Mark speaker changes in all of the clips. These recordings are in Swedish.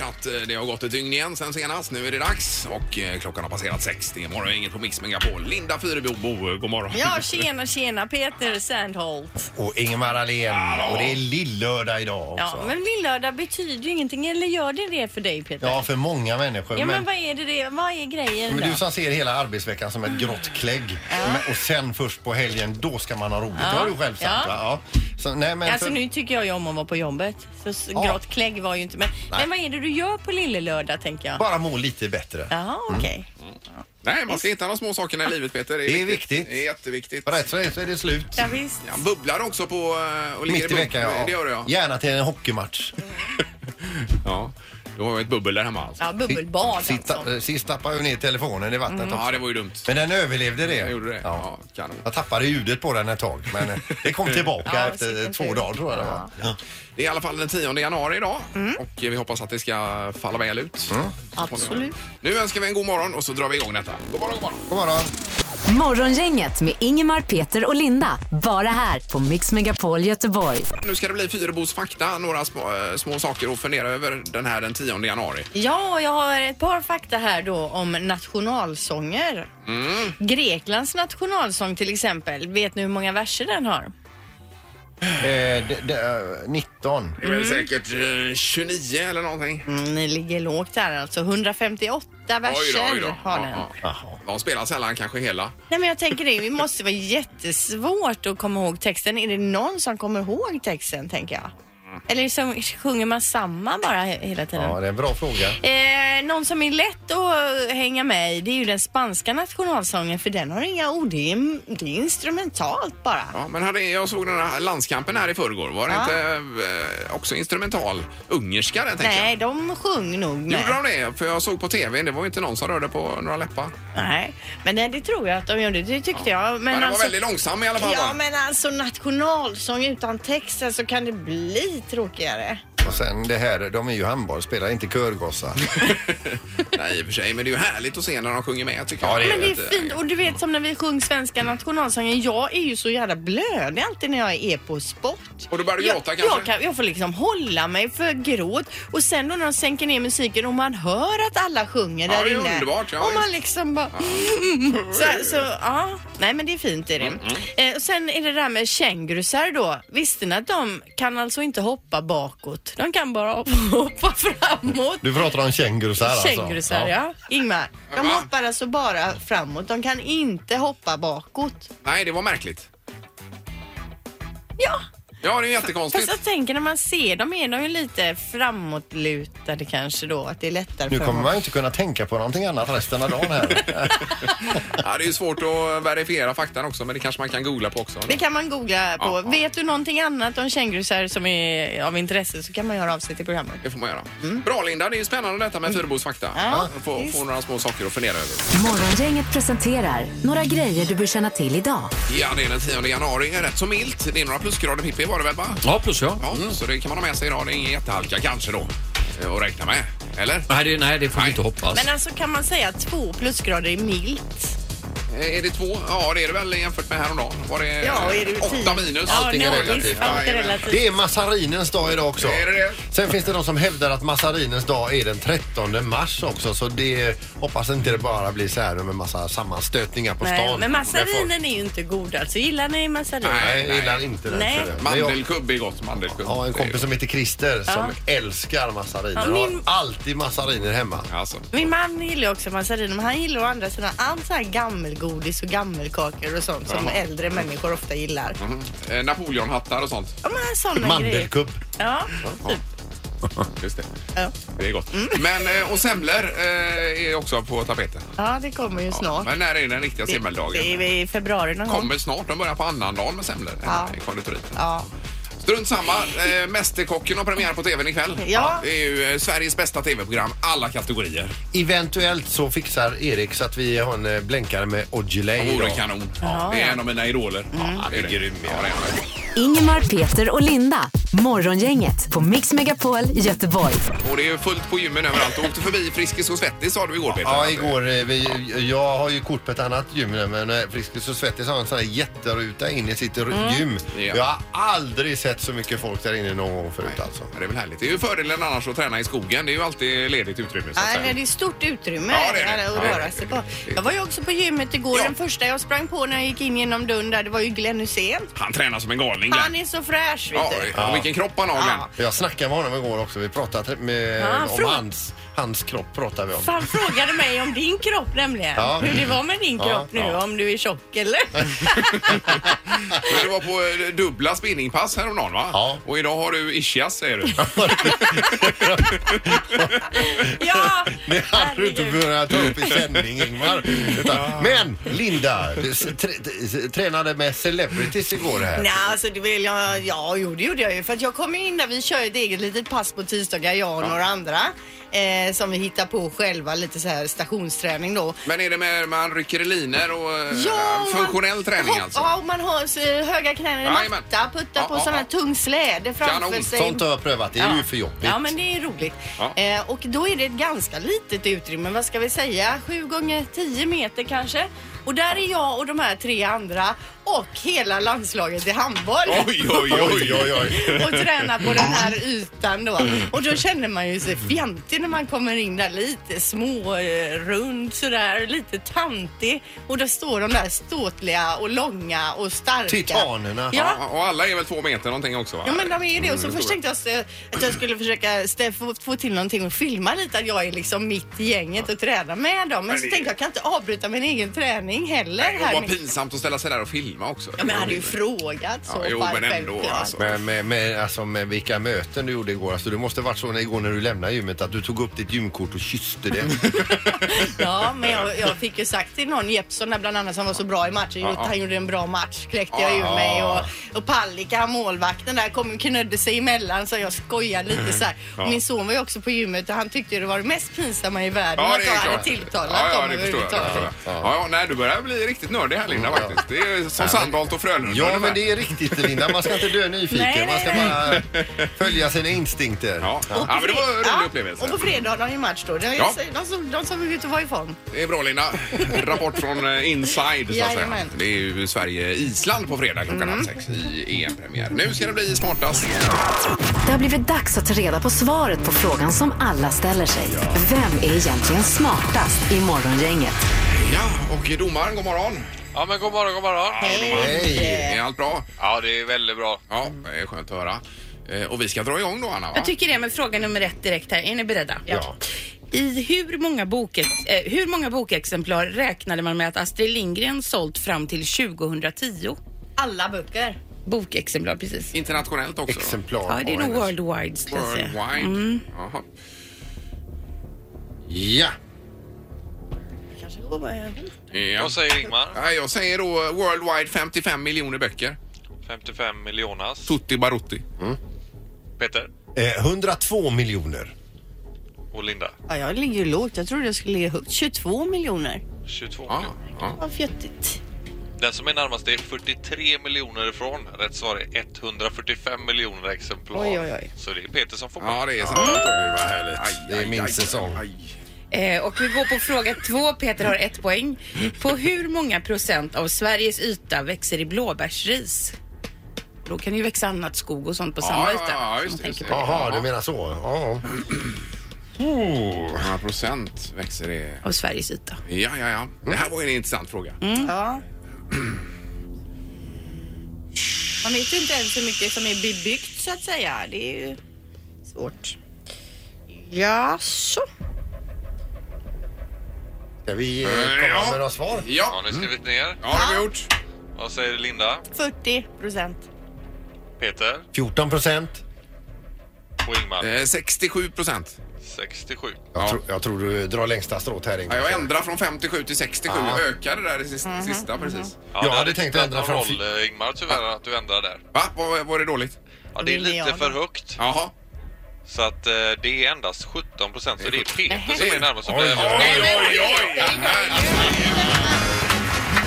Speaker 1: att eh, det har gått ett dygn igen sen senast. Nu är det dags och eh, klockan har passerat sex. Det är morgongänget på Mix Megapol. Linda Fyrebo, Bo, god morgon.
Speaker 2: Ja, tjena, tjena Peter Sandholt.
Speaker 3: Och Ingemar Ahlén. Och det är lillördag idag också.
Speaker 2: Ja, men lillördag betyder ju ingenting, eller gör det det för dig Peter?
Speaker 3: Ja, för många människor.
Speaker 2: Ja, men,
Speaker 3: men,
Speaker 2: vad är det, det vad är grejen
Speaker 3: men
Speaker 2: då?
Speaker 3: du som ser hela arbetsveckan som ett grått klägg. Men- Och sen först på helgen, då ska man ha roligt.
Speaker 2: Ja.
Speaker 3: Det har du själv sagt
Speaker 2: Ja.
Speaker 3: va? Ja. Så, nej, men
Speaker 2: Alltså
Speaker 3: för-
Speaker 2: nu tycker jag ju om att vara på jobbet. Så s-
Speaker 3: Ja.
Speaker 2: grått klägg var ju inte men, men vad är det du gör på lillelördag tänker jag?
Speaker 3: Bara Mm. må lite bättre.
Speaker 2: Jaha, okej.
Speaker 1: Nej, man ska hitta de små sakerna i livet Peter.
Speaker 3: Det är viktigt.
Speaker 1: Det är jätteviktigt.
Speaker 3: Rätt så är det så är det slut.
Speaker 2: Ja, visst.
Speaker 1: Ja, bubblar också på... eh, Och ligger
Speaker 3: Mitt i
Speaker 1: bub-
Speaker 3: veckan ja.
Speaker 1: Det gör det ja.
Speaker 3: Gärna till en hockeymatch.
Speaker 1: ja. Du har ju ett bubbel där hemma alltså.
Speaker 2: Ja, bubbelbad
Speaker 3: Sist,
Speaker 2: alltså. Mm.
Speaker 3: eh, sist tappade jag ner telefonen i vattnet också.
Speaker 1: Mm. Ja, det var ju dumt.
Speaker 3: Men den överlevde det.
Speaker 1: Jag gjorde det. Ja,
Speaker 3: Ja.
Speaker 1: kanon.
Speaker 3: Jag tappade ljudet på den ett tag men eh, det kom tillbaka
Speaker 2: Ja,
Speaker 3: efter
Speaker 2: sicken
Speaker 3: två
Speaker 2: tur.
Speaker 3: dagar tror jag det var. Ja.
Speaker 1: Det är i alla fall den 10 januari idag
Speaker 2: Mm.
Speaker 1: och vi hoppas att det ska falla väl ut.
Speaker 2: Absolut.
Speaker 1: Nu önskar vi en god morgon och så drar vi igång detta. God morgon, god morgon.
Speaker 3: God morgon.
Speaker 4: Morgongänget med Ingemar, Peter och Linda. Bara här på Mix Megapol Göteborg.
Speaker 1: Nu ska det bli Fyrebos fakta, några små, eh, små saker att fundera över den här den 10 januari.
Speaker 2: Ja, jag har ett par fakta här då om nationalsånger.
Speaker 1: Mm.
Speaker 2: Greklands nationalsång till exempel, vet ni hur många verser den har?
Speaker 3: Eh, d- d- eh, 19.
Speaker 1: Det är väl säkert eh, 29 eller någonting.
Speaker 2: Mm, ni ligger lågt där alltså. 158 verser har den.
Speaker 1: Ja, ja.
Speaker 3: Jaha.
Speaker 1: De spelar sällan kanske hela.
Speaker 2: Nej men jag tänker det, det måste vara jättesvårt att komma ihåg texten. Är det någon som kommer ihåg texten tänker jag? Eller så sjunger man samma bara he- hela tiden?
Speaker 3: Ja, det är en bra fråga.
Speaker 2: Eh, någon som är lätt att eh, hänga med i det är ju den spanska nationalsången för den har inga ord, det är, det är instrumentalt bara.
Speaker 1: Ja, men hade, jag såg den här landskampen här i förgår. Var det inte eh, också instrumental ungerska den tänker
Speaker 2: Nej, de sjöng nog
Speaker 1: jag?
Speaker 2: med.
Speaker 1: Gjorde de det? För jag såg på tv, det var ju inte någon som rörde på några läppar.
Speaker 2: Nej, men det, det tror jag att de gjorde, det tyckte jag. Men,
Speaker 1: Men, den
Speaker 2: alltså,
Speaker 1: var väldigt långsam i alla fall.
Speaker 2: Ja
Speaker 1: va?
Speaker 2: men alltså nationalsång utan texten så kan det bli tråkigare.
Speaker 3: Och sen det här, de är ju handbollsspelare, inte körgossar.
Speaker 1: Nej, i och för sig, men det är ju härligt att se när de sjunger med tycker
Speaker 3: Ja,
Speaker 1: jag.
Speaker 3: det
Speaker 2: Men det
Speaker 1: Lite-
Speaker 2: är fint och du vet som när vi sjöng svenska nationalsången. Jag är ju så jävla blödig alltid när jag är på sport.
Speaker 1: Och då börjar du gråta
Speaker 2: jag,
Speaker 1: kanske?
Speaker 2: Jag, kan, jag får liksom hålla mig för gråt och sen då när de sänker ner musiken och man hör att alla sjunger
Speaker 1: Ja,
Speaker 2: där
Speaker 1: det är
Speaker 2: inne.
Speaker 1: underbart, ja,
Speaker 2: och man
Speaker 1: visst.
Speaker 2: liksom bara... Så, så, ja. Nej men det är fint är det.
Speaker 1: Mm,
Speaker 2: Eh, och sen är det det där med kängurusar då. Visste ni att de kan alltså inte hoppa bakåt? De kan bara hoppa framåt.
Speaker 3: Du pratar om kängurusar alltså?
Speaker 2: Kängurusar, ja. Ingmar, de
Speaker 1: Va?
Speaker 2: hoppar alltså bara framåt. De kan inte hoppa bakåt.
Speaker 1: Nej, det var märkligt.
Speaker 2: Ja,
Speaker 1: Ja, det är ju
Speaker 2: fast
Speaker 1: jättekonstigt.
Speaker 2: jag tänker när man ser dem är de ju lite framåtlutade kanske då. Att det är lättare
Speaker 3: Nu
Speaker 2: för
Speaker 3: kommer
Speaker 2: dem.
Speaker 3: man ju inte kunna tänka på någonting annat resten av dagen här.
Speaker 1: Ja, det är ju svårt att verifiera faktan också, men det kanske man kan googla på också.
Speaker 2: Det kan man googla på.
Speaker 1: Ja, ja.
Speaker 2: Vet du någonting annat om kängurusar som är av intresse så kan man göra av sig till programmet.
Speaker 1: Det får man göra. Bra Linda, det är ju spännande detta med Fyrebos fakta.
Speaker 2: Mm. Ja,
Speaker 1: få,
Speaker 2: visst.
Speaker 1: få några små saker att fundera över.
Speaker 4: Morgongänget presenterar några grejer du bör känna till idag.
Speaker 1: Ja, det är den 10 januari. Det är Rätt så milt. Det är några plusgrader Pippi var det väl va?
Speaker 5: Ja, plus ja. Mm.
Speaker 1: Ja, så det kan man ha med sig idag. Det är ingen jättehalka kanske då eh, att räkna med. Eller?
Speaker 5: Nej, det, nej, det får
Speaker 1: Nej.
Speaker 5: vi inte hoppas.
Speaker 2: Men alltså kan man säga att två plusgrader är milt?
Speaker 1: Eh, Är det två? Ja, det är det väl jämfört med häromdagen. Var det,
Speaker 2: Ja, och är det
Speaker 1: eh, åtta
Speaker 2: tio?
Speaker 1: minus?
Speaker 2: Ja,
Speaker 3: Allting är
Speaker 2: nej,
Speaker 3: relativt.
Speaker 2: visst, allt är
Speaker 1: Jajamän.
Speaker 2: relativt.
Speaker 3: Det är massarinens dag idag också.
Speaker 1: Är det det?
Speaker 3: Sen finns det de som hävdar att massarinens dag är den 13 mars också så det hoppas inte det bara blir så här med massa sammanstötningar på
Speaker 2: Nej,
Speaker 3: stan.
Speaker 2: men
Speaker 3: Med
Speaker 2: massarinen är ju inte god alltså. Gillar ni massarin?
Speaker 3: folk.
Speaker 1: Nej,
Speaker 3: Nej, jag gillar inte det.
Speaker 2: Nej.
Speaker 3: så det. Men jag-
Speaker 1: Mandelkubb är gott. Mandelkubb.
Speaker 3: Ja, en kompis som heter Christer som älskar
Speaker 2: Ja,
Speaker 3: massariner.
Speaker 2: min-
Speaker 3: Har alltid massariner hemma.
Speaker 1: Alltså.
Speaker 2: Min man gillar ju också massarin men han gillar å andra sidan allt så här gammelgodis och gammelkakor och sånt som äldre människor ofta gillar.
Speaker 1: Eh, Napoleonhattar och sånt.
Speaker 2: Ja men sådana grejer.
Speaker 3: Mandelkubb.
Speaker 2: Ja,
Speaker 1: Ja. Just det.
Speaker 2: ja.
Speaker 1: Det är gott. Men, eh, och semlor eh, är också på tapeten.
Speaker 2: ja det kommer ju snart.
Speaker 1: Men när är den riktiga
Speaker 2: det,
Speaker 1: semmeldagen?
Speaker 2: det är i februari någon gång.
Speaker 1: Kommer snart. De börjar på annandagen med semlor
Speaker 2: Ja.
Speaker 1: eh, i konditoriet.
Speaker 2: Ja.
Speaker 1: Strunt samma. Eh, Mästerkocken har premiär på tvn ikväll.
Speaker 2: Ja.
Speaker 1: Det är ju eh, Sveriges bästa tv-program. Alla kategorier.
Speaker 3: Eventuellt så fixar Erik så att vi har en eh, blänkare med Aujalay
Speaker 1: Det vore
Speaker 3: idag.
Speaker 2: Mm.
Speaker 1: kanon. Det är en av mina idoler. Ja, det är grym. Ja, det är han.
Speaker 4: Ingemar, Peter och Linda. Morgongänget på Mix Megapol Göteborg.
Speaker 1: Och det är ju fullt på gymmen överallt. Du åkte förbi Friskis och Svettis sa du igår Peter.
Speaker 3: Ja, igår. eh, Vi, jag har ju kort på ett annat gym nu, men eh, Friskis och Svettis har en sån här jätteruta in i sitt
Speaker 2: Mm.
Speaker 3: r- gym.
Speaker 1: Ja.
Speaker 3: Jag har aldrig sett så mycket folk där inne någon gång förut alltså.
Speaker 1: Ja, Det är väl härligt. Det är ju fördelen annars att träna i skogen. Det är ju alltid ledigt utrymme så att
Speaker 2: Ja,
Speaker 1: säga.
Speaker 2: det är stort utrymme
Speaker 1: Ja, det är det.
Speaker 2: här att
Speaker 1: Ja.
Speaker 2: röra sig på. Jag var ju också på gymmet igår.
Speaker 1: Ja.
Speaker 2: Den första jag sprang på när jag gick in genom dörren där, det var ju Glenn Hysén.
Speaker 1: Han tränar som en galning
Speaker 2: Han
Speaker 1: Glenn.
Speaker 2: är så fräsch, vet
Speaker 1: Ja,
Speaker 2: du.
Speaker 1: och vilken kropp han har Glenn.
Speaker 2: Ja.
Speaker 3: Jag snackade med honom igår också. Vi pratade med,
Speaker 2: Ja,
Speaker 3: om
Speaker 2: frå-
Speaker 3: hans, hans kropp. Pratade vi om.
Speaker 2: För Han frågade mig om din kropp nämligen.
Speaker 3: Ja.
Speaker 2: Hur det var med din
Speaker 3: Ja,
Speaker 2: kropp nu,
Speaker 3: ja.
Speaker 2: om du är tjock eller?
Speaker 1: Men Du var på eh, dubbla spinningpass häromdagen va?
Speaker 3: Ja.
Speaker 1: Och idag har du ischias säger du.
Speaker 2: ja!
Speaker 3: Det hade du inte
Speaker 2: herregud.
Speaker 3: kunnat ta upp i sändning Ingmar. Utan, men Linda, du s- tr- t- tränade med celebrities igår
Speaker 1: Äh,
Speaker 3: här.
Speaker 2: Nej, alltså det vill jag... Ja, jo, det gjorde jag ju. För att jag kom in där, vi kör ju ett eget litet pass på tisdagar, jag och några andra. Eh, som vi hittar på själva, lite så här stationsträning då.
Speaker 1: Men är det med man rycker i linor och eh,
Speaker 2: Ja, och
Speaker 1: funktionell
Speaker 2: man,
Speaker 1: träning
Speaker 2: hopp-
Speaker 1: alltså?
Speaker 2: Ja, och man har så höga knän i
Speaker 1: Jajamän.
Speaker 2: matta, puttar
Speaker 1: Ja,
Speaker 2: på
Speaker 1: ja,
Speaker 2: sån här
Speaker 1: ja.
Speaker 2: tung släde framför
Speaker 1: Kanon.
Speaker 2: sig.
Speaker 3: Sånt har jag prövat. Det är ju för jobbigt.
Speaker 2: Ja, men det är roligt.
Speaker 1: Ja.
Speaker 2: Eh, och då är det ett ganska litet utrymme, vad ska vi säga? 7 gånger 10 meter kanske. Och där är jag och de här tre andra och hela landslaget i handboll.
Speaker 1: Oj, oj, oj, oj, oj.
Speaker 2: och tränar på den här ytan då. Och då känner man ju sig fjantig när man kommer in där lite små, eh, rund sådär, lite tantig. Och då står de där ståtliga och långa och starka.
Speaker 3: Titanerna.
Speaker 2: Ja,
Speaker 1: Ja, Och alla är väl två meter någonting också va?
Speaker 2: Ja men de är ju det och så
Speaker 1: Mm,
Speaker 2: först
Speaker 1: tror jag.
Speaker 2: tänkte jag så- att jag skulle försöka stä- få, få till någonting och filma lite att jag är liksom mitt i gänget och tränar med dem. Men
Speaker 1: Men
Speaker 2: så
Speaker 1: det-
Speaker 2: tänkte jag, jag kan inte avbryta min egen träning heller
Speaker 1: Nej,
Speaker 2: här.
Speaker 1: och vad
Speaker 2: nu.
Speaker 1: pinsamt att ställa sig där och filma också.
Speaker 2: Ja men jag hade ju frågat så.
Speaker 1: Ja, jo,
Speaker 2: bara
Speaker 1: men ändå,
Speaker 2: självklart.
Speaker 1: alltså.
Speaker 3: Men med, med, alltså, med vilka möten du gjorde igår. Alltså, du måste varit så när, igår när du lämnade gymmet att du tog upp ditt gymkort och kysste det.
Speaker 2: Ja men jag, jag fick ju sagt till någon, Jeppsson där bland annat som var så bra i matchen,
Speaker 1: Ja, ja.
Speaker 2: han gjorde en bra match kläckte jag
Speaker 1: Ja,
Speaker 2: ur
Speaker 1: ja.
Speaker 2: mig och, och Pallika han målvakten där kom och knödde sig emellan så jag skojade lite så här.
Speaker 1: Mm. Ja.
Speaker 2: Och min son var ju också på gymmet och han tyckte ju det var det mest pinsamma i världen
Speaker 1: Ja,
Speaker 2: att
Speaker 1: det
Speaker 2: jag
Speaker 1: är
Speaker 2: hade
Speaker 1: klart.
Speaker 2: tilltalat
Speaker 1: ja, ja,
Speaker 2: dem
Speaker 1: det förstår jag. Det
Speaker 2: överhuvudtaget.
Speaker 1: förstår jag. Ja, ja, nej, du börjar bli riktigt nördig här Linda faktiskt. Det är som Sandholt och Frölunda
Speaker 3: Ja,
Speaker 1: ungefär.
Speaker 3: men det är riktigt Linda. Man ska inte dö nyfiken.
Speaker 2: Nej, nej,
Speaker 3: Man ska bara följa sina instinkter.
Speaker 1: Ja.
Speaker 2: Och på
Speaker 1: men det var en
Speaker 2: fre-
Speaker 1: rolig
Speaker 2: ja,
Speaker 1: upplevelse.
Speaker 2: Och på fredag har de ju match då. Det är
Speaker 1: Ja.
Speaker 2: de, som, de som är ute och var i form.
Speaker 1: Det är bra Linda. Rapport från eh, inside så att säga.
Speaker 2: Jajamän. Mm.
Speaker 1: Det är ju Sverige-Island på fredag klockan halv sex i EM-premiär. Nu ska det bli smartast.
Speaker 4: Det har blivit dags att ta reda på svaret på frågan som alla ställer sig. Vem är egentligen smartast i Morgongänget?
Speaker 1: Ja, och domaren, god morgon.
Speaker 5: Ja men god morgon, god morgon.
Speaker 3: Hej!
Speaker 1: Är allt bra?
Speaker 5: Ja det är väldigt bra.
Speaker 1: Ja, det är skönt att höra. Eh, Och vi ska dra igång då Anna va?
Speaker 6: Jag tycker det, men fråga nummer ett direkt här. Är ni beredda?
Speaker 3: Ja.
Speaker 6: I hur många, boket, eh, hur många bokexemplar räknade man med att Astrid Lindgren sålt fram till 2010?
Speaker 2: Alla böcker.
Speaker 6: Bokexemplar, precis.
Speaker 1: Internationellt också då?
Speaker 3: Exemplar.
Speaker 6: Ja, det är
Speaker 3: av
Speaker 6: nog
Speaker 3: hennes-
Speaker 6: worldwide, skulle jag säga. Mm.
Speaker 1: Worldwide. Jaha.
Speaker 3: Ja.
Speaker 1: Ja.
Speaker 5: Vad säger Ingmar?
Speaker 1: Nej, Jag säger då eh, worldwide 55 miljoner böcker.
Speaker 5: 55 miljoner.
Speaker 1: Tutti Barutti.
Speaker 3: Mm.
Speaker 5: Peter
Speaker 3: Eh, 102 miljoner.
Speaker 5: och Linda.
Speaker 2: Ja, jag ligger ju lågt. Jag trodde jag skulle ligga högt. 22 miljoner.
Speaker 5: 22
Speaker 3: Ah.
Speaker 1: Ja,
Speaker 5: miljoner.
Speaker 1: ja.
Speaker 2: Vad fjuttigt.
Speaker 5: Den som är närmast är 43 miljoner ifrån. Rätt svar är 145 miljoner exemplar.
Speaker 2: Oj, oj, oj.
Speaker 5: Så det är Peter som får
Speaker 1: ja,
Speaker 5: poäng.
Speaker 1: det är sant. Vad härligt.
Speaker 3: Det är min säsong.
Speaker 6: Eh, och vi går på fråga två. Peter har ett poäng. På hur många procent av Sveriges yta växer i blåbärsris? Då kan det ju växa annat skog och sånt på samma
Speaker 1: ja,
Speaker 6: yta.
Speaker 1: ja, just
Speaker 6: Man
Speaker 1: det,
Speaker 6: tänker
Speaker 1: just det.
Speaker 6: på
Speaker 3: Jaha, du menar så? Ja.
Speaker 1: Hur många procent växer det?
Speaker 6: Av Sveriges yta.
Speaker 1: Ja, ja, ja. Det här var ju en intressant fråga.
Speaker 6: Mm.
Speaker 2: Ja. Man vet ju inte ens hur mycket som är bebyggt så att säga. Det är ju svårt. Ja, så.
Speaker 3: Ska vi eh,
Speaker 1: Eh,
Speaker 3: komma
Speaker 1: ja.
Speaker 3: med några svar?
Speaker 5: Ja,
Speaker 1: Ja,
Speaker 5: ni har skrivit ner.
Speaker 1: ja det har vi gjort.
Speaker 5: Vad säger Linda?
Speaker 2: 40 procent.
Speaker 5: Peter
Speaker 3: 14 procent.
Speaker 5: och Ingmar?
Speaker 1: Eh, 67 procent.
Speaker 5: 67.
Speaker 3: Jag,
Speaker 1: Ja.
Speaker 3: tror- jag tror du drar längsta strået här
Speaker 1: Ja,
Speaker 3: Ingmar.
Speaker 1: jag ändrade från 57 till 67.
Speaker 3: Ja.
Speaker 1: Jag ökade där i sista, sista
Speaker 6: Mm.
Speaker 1: precis.
Speaker 5: Ja,
Speaker 3: Jag
Speaker 5: det
Speaker 3: hade
Speaker 5: hade
Speaker 3: tänkt
Speaker 5: inte
Speaker 3: ändra
Speaker 5: någon
Speaker 3: från
Speaker 5: roll
Speaker 3: fy-
Speaker 5: eh, Ingmar tyvärr att du ändrar där.
Speaker 1: Va? Var, var det dåligt?
Speaker 5: Ja, det är lite
Speaker 2: Linjalen.
Speaker 5: för högt.
Speaker 1: Jaha.
Speaker 5: Så att eh, det är endast 17 procent. Så det är Peter som är närmast.
Speaker 3: Oj, oj,
Speaker 1: oj, oj!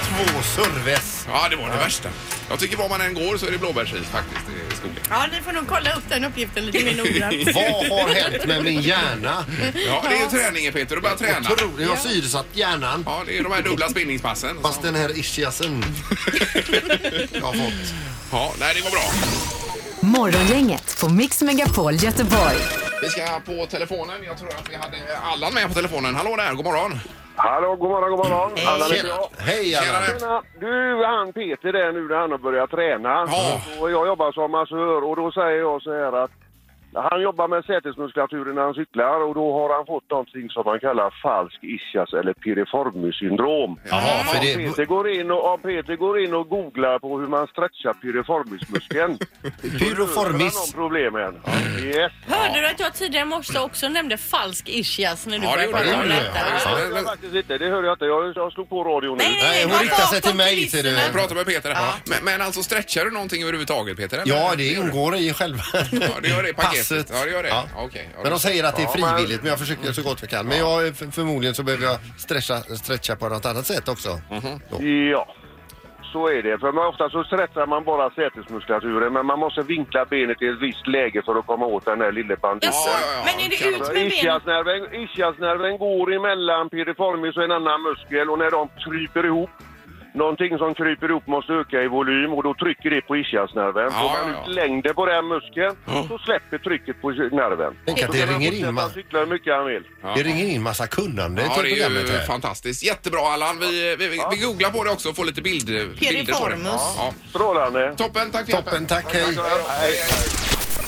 Speaker 3: Två serves.
Speaker 1: Ja, det var det värsta. Jag tycker var man än går så är det blåbärsris faktiskt. Det
Speaker 5: storlek.
Speaker 2: Ja, ni får nog kolla upp den uppgiften lite mer noggrant.
Speaker 3: Vad har hänt med min hjärna?
Speaker 1: Ja, det är ju träningen Peter, du börjar träna.
Speaker 3: Otroligt, jag har syresatt hjärnan.
Speaker 1: Ja, det är de här dubbla spinningspassen.
Speaker 3: Fast den här ischiasen jag har fått.
Speaker 1: Ja, nej, det var bra.
Speaker 4: Morgongänget på Mix Megapol Göteborg.
Speaker 1: Vi ska på telefonen. Jag tror att vi hade Allan med på telefonen. Hallå där, god morgon.
Speaker 7: Hallå, god morgon, god morgon. Alla är
Speaker 3: Tjena.
Speaker 7: bra.
Speaker 3: Hej Allan!
Speaker 1: Tjenare.
Speaker 7: Tjena. Du, han Peter där nu när han har börjat träna.
Speaker 1: Ja.
Speaker 7: Och jag jobbar som massör och då säger jag så här att han jobbar med sätesmuskulaturen när han cyklar och då har han fått någonting som man kallar falsk ischias eller piriformis syndrom.
Speaker 3: Jaha, för
Speaker 7: Om
Speaker 3: det,
Speaker 7: Peter, går in och, om Peter går in och googlar på hur man stretchar piriformismuskeln.
Speaker 3: pyroformis.
Speaker 7: Då löser han de problemen. Yes.
Speaker 2: Hörde du att jag tidigare i morse också nämnde falsk ischias när du
Speaker 1: Ja, det
Speaker 2: började
Speaker 1: gjorde
Speaker 2: prata om
Speaker 3: jag.
Speaker 2: detta?
Speaker 1: Ja, visst.
Speaker 7: Nej, det hörde jag faktiskt inte. Det hörde jag inte. Jag, jag slog på radion nu.
Speaker 3: Nej, hon
Speaker 2: vad
Speaker 3: riktar
Speaker 2: bakom
Speaker 3: sig till mig, ser du.
Speaker 1: Jag
Speaker 2: kulisserna.
Speaker 1: pratar med Peter. Men, men alltså stretchar du någonting överhuvudtaget Peter? eller?
Speaker 3: Ja, det ingår i själva
Speaker 1: Ja, det gör det i paketet.
Speaker 3: passet.
Speaker 1: Ja, det gör det.
Speaker 3: Ja.
Speaker 1: Ja, okej. Ja,
Speaker 3: Men de säger att det är
Speaker 7: men-
Speaker 3: frivilligt, men jag försöker så gott jag kan. Men jag, f- förmodligen så behöver jag stretcha, stretcha på något annat sätt också.
Speaker 1: Mhm.
Speaker 3: Då.
Speaker 7: Ja, så är det. För man, ofta så stretchar man bara sätesmuskulaturen men man måste vinkla benet i ett visst läge för att komma åt den där lille banditen.
Speaker 1: Ja, ja, ja.
Speaker 2: Men är det
Speaker 1: Kan
Speaker 2: ut
Speaker 1: vara-
Speaker 7: Så
Speaker 2: med benet?
Speaker 7: Ischiasnerven, ischiasnerven går emellan piriformis och en annan muskel och när de kryper ihop Någonting som kryper ihop måste öka i volym och då trycker det på ischiasnerven.
Speaker 1: Ja,
Speaker 7: Får
Speaker 1: ja,
Speaker 7: man
Speaker 1: ja.
Speaker 7: ut längden på den muskeln så släpper trycket på nerven.
Speaker 3: Tänk att
Speaker 7: Så
Speaker 3: det
Speaker 7: kan han
Speaker 3: ringer in,
Speaker 7: fortsätta
Speaker 3: man.
Speaker 7: cykla hur mycket han vill.
Speaker 3: Det ringer in massa kunnande
Speaker 1: Ja,
Speaker 3: till
Speaker 1: det är
Speaker 3: programmet
Speaker 1: ju
Speaker 3: här.
Speaker 1: fantastiskt. Jättebra Allan. Vi, vi, vi, vi googlar på det också och får lite bild, bilder på det.
Speaker 2: Piriformus.
Speaker 1: Ja.
Speaker 7: Strålande!
Speaker 1: Toppen, tack för
Speaker 3: Toppen,
Speaker 1: hjälpen.
Speaker 3: tack, hej.
Speaker 1: Hej, hej.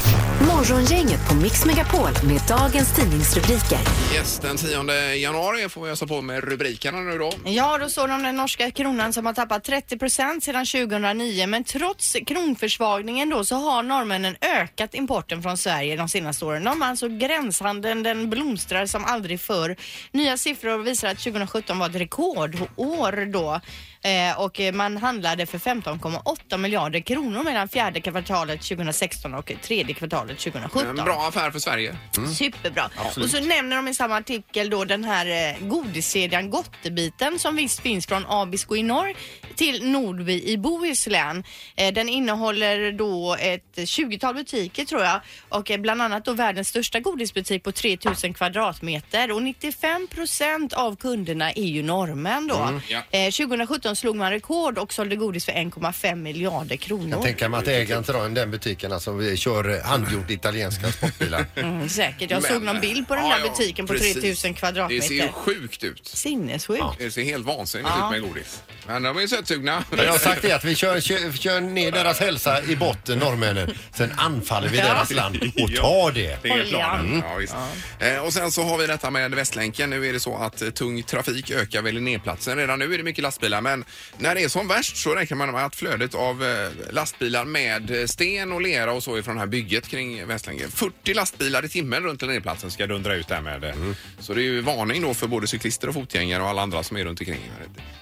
Speaker 4: Morgongänget på Mix Megapol med dagens tidningsrubriker.
Speaker 1: Yes, den 10 januari får vi ösa på med rubrikerna nu då.
Speaker 2: Ja, då står det om den norska kronan som har tappat 30 procent sedan 2009 men trots kronförsvagningen då så har norrmännen ökat importen från Sverige de senaste åren. De har alltså gränshandeln, den blomstrar som aldrig förr. Nya siffror visar att 2017 var ett rekordår då eh, och eh, man handlade för 15,8 miljarder kronor mellan fjärde kvartalet 2016 och tredje kvartalet 2017.
Speaker 1: En bra affär för Sverige.
Speaker 3: Mm.
Speaker 2: Superbra. Och så nämner de i samma artikel då den här eh, godiskedjan Gottebiten som visst finns från Abisko i norr till Nordby i Bohuslän. Eh, den innehåller då ett 20-tal butiker tror jag och eh, bland annat då världens största godisbutik på 3000 kvadratmeter och 95 procent av kunderna är ju norrmän då.
Speaker 3: Mm.
Speaker 1: ja.
Speaker 2: eh, 2017 slog man rekord och sålde godis för 1,5 miljarder kronor.
Speaker 3: Jag tänker mig att ägaren till den- den butiken alltså, vi kör eh, handgjort italienska sportbilar.
Speaker 2: Mm, säkert. Jag såg
Speaker 1: Men- eh,
Speaker 2: någon bild på den
Speaker 1: Ja,
Speaker 2: här
Speaker 1: ja,
Speaker 2: butiken på
Speaker 1: precis.
Speaker 2: 3000
Speaker 1: Det
Speaker 2: kvadratmeter.
Speaker 1: ser ju sjukt ut.
Speaker 2: Sinnessjukt.
Speaker 1: Det ser helt vansinnigt
Speaker 2: Ja.
Speaker 1: ut med godis. Men de är ju sötsugna.
Speaker 3: Men jag har sagt det att vi kör, kör, kör ner deras hälsa i botten, norrmännen. Sen anfaller vi deras land och tar det. Mm.
Speaker 1: Det är
Speaker 2: Oljan.
Speaker 1: planen. Ja, visst. Eh, och sen så har vi detta med Västlänken. Nu är det så att eh, tung trafik ökar vid Linnéplatsen. Redan nu är det mycket lastbilar men när det är som värst så räknar man med att flödet av eh, lastbilar med eh, sten och lera och så ifrån det här bygget kring Västlänken. 40 lastbilar i timmen runt Linnéplatsen ska dundra ut där med. eh. Så det är ju varning då för både cyklister och fotgängare och alla andra som är runt omkring.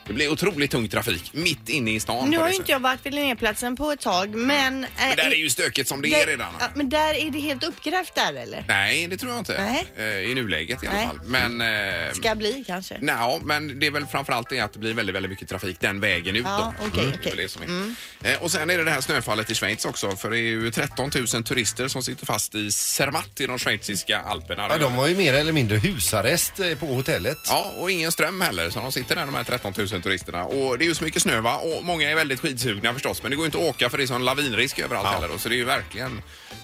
Speaker 1: Det blir otroligt tung trafik mitt inne i stan.
Speaker 2: Nu
Speaker 1: på
Speaker 2: har
Speaker 1: det
Speaker 2: ju
Speaker 1: sättet.
Speaker 2: inte jag varit vid Linnéplatsen på ett tag, men... eh,
Speaker 1: Men där är ju stökigt som det
Speaker 2: där-
Speaker 1: är redan.
Speaker 2: ja, men där är det helt uppgrävt där eller?
Speaker 1: Nej, det tror jag inte.
Speaker 2: Nej.
Speaker 1: Eh, I nuläget i alla
Speaker 2: Nej.
Speaker 1: fall. Men, eh,
Speaker 2: Ska bli kanske?
Speaker 1: Nej, men det är väl framförallt det att det blir väldigt, väldigt mycket trafik den vägen ut.
Speaker 2: Ja,
Speaker 1: då.
Speaker 2: okej,
Speaker 1: Mm.
Speaker 2: okej.
Speaker 1: Det är det som är. Eh, Och sen är det det här snöfallet i Schweiz också för det är ju 13 000 turister som sitter fast i Zermatt i de schweiziska alperna.
Speaker 3: Ja, de var ju mer eller mindre husarrest eh, på hotellet.
Speaker 1: Ja, och ingen ström heller så de sitter där de här 13 000 turisterna. Och det är ju så mycket snö va? och många är väldigt skidsugna förstås men det går inte att åka för det är sån lavinrisk överallt heller då. så det är ju verkligen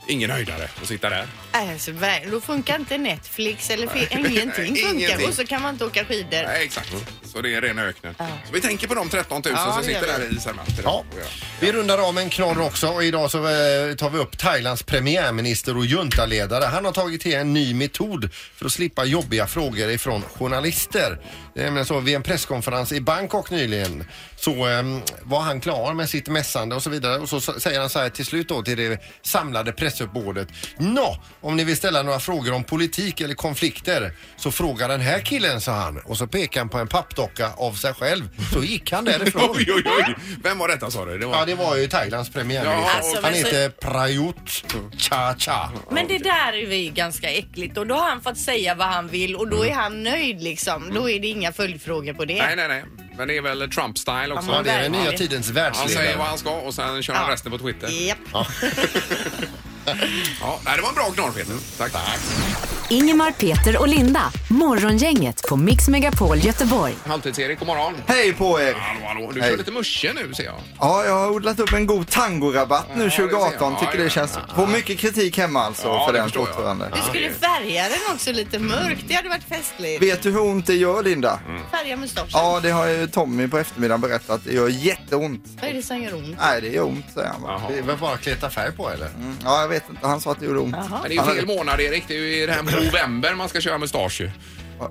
Speaker 1: ingen höjdare att sitta där.
Speaker 2: Alltså, ver- då funkar inte Netflix eller fi- ingenting funkar
Speaker 1: Ingenting.
Speaker 2: och så kan man inte åka skidor.
Speaker 1: Nej, exakt. Så det är rena öknen. Så vi tänker på de 13 000
Speaker 2: Ja,
Speaker 1: som
Speaker 2: det gör
Speaker 1: sitter
Speaker 2: vi.
Speaker 1: där i Zermatt.
Speaker 3: Ja. Vi rundar av med en knorr också och idag så eh, tar vi upp Thailands premiärminister och juntaledare. Han har tagit till en ny metod för att slippa jobbiga frågor ifrån journalister. Det är nämligen så vid en presskonferens i Bangkok nyligen så eh, var han klar med sitt mässande och så vidare och så s- säger han så här till slut då till det samlade pressuppbådet. Nå, om ni vill ställa några frågor om politik eller konflikter så fråga den här killen, sa han och så pekade han på en pappdocka av sig själv. Så gick han därifrån.
Speaker 1: Oj, oj, oj. Vem var detta sa du? Det var...
Speaker 3: Ja, det var ju Thailands premiärminister.
Speaker 1: Ja, Alltså,
Speaker 3: han
Speaker 2: men så-
Speaker 3: heter Prayut Cha-Cha.
Speaker 2: Men det där är ju ganska äckligt och då Mm. har han fått säga vad han vill och då är han nöjd liksom. Då är det inga följdfrågor på det.
Speaker 1: Nej, nej, nej. Men Men det är väl Trump-style också?
Speaker 3: Ja, det är den nya tidens
Speaker 1: Han säger vad
Speaker 3: världsledare.
Speaker 1: han ska och sen kör han resten på Twitter.
Speaker 2: Japp.
Speaker 1: Ja, nej, det var en bra knorr, Peter. Tack.
Speaker 4: Ingemar, Peter och Linda. Morgongänget på Mix Megapol Göteborg.
Speaker 1: Halvtids-Erik, god morgon.
Speaker 8: Hej på er!
Speaker 1: Hallå, hallå. Du
Speaker 8: Hej.
Speaker 1: kör lite musche nu, ser jag.
Speaker 8: Ja, jag har odlat upp en god tangorabatt
Speaker 1: Ja,
Speaker 8: nu
Speaker 1: det ser jag.
Speaker 8: 2018.
Speaker 1: Ja,
Speaker 8: Tycker
Speaker 1: ja,
Speaker 8: det känns... Får mycket kritik hemma alltså
Speaker 1: Ja,
Speaker 8: för
Speaker 1: det
Speaker 8: den
Speaker 1: förstår jag.
Speaker 8: fortfarande.
Speaker 2: Du skulle färga den också lite mörkt. Det hade varit festligt.
Speaker 8: Vet du hur ont det gör Linda?
Speaker 1: Mm.
Speaker 2: Färga mustaschen.
Speaker 8: Ja, det har ju Tommy på eftermiddagen berättat. Det gör jätteont.
Speaker 2: Vad är det som gör ont?
Speaker 8: Nej, det gör ont säger han. va?
Speaker 3: Det är väl bara att kleta färg på eller?
Speaker 8: Mm, Ja, jag vet inte. Han sa att det gjorde ont.
Speaker 2: Jaha.
Speaker 1: Men det är ju fel månad, Erik. Det är ju i det här november man ska köra mustasch ju.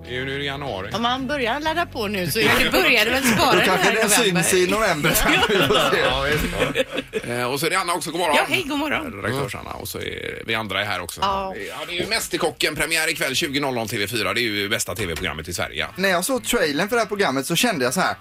Speaker 1: Det är ju nu i januari.
Speaker 2: Om man börjar ladda på nu så är
Speaker 6: Du
Speaker 2: det
Speaker 6: började väl spara
Speaker 8: Då
Speaker 6: den
Speaker 8: kanske
Speaker 6: här
Speaker 8: det syns i november sen. Vi får se.
Speaker 3: Ja, visst. Ja.
Speaker 1: Eh, Och så är det Anna också, god morgon.
Speaker 6: Ja, hej, god morgon.
Speaker 1: Redaktörs-Anna och så är vi andra är här också. Ja.
Speaker 2: Ja.
Speaker 1: det är ju Mästerkocken, premiär ikväll 20.00 TV4. Det är ju bästa TV-programmet i Sverige.
Speaker 8: När jag såg trailern för det här programmet så kände jag så här.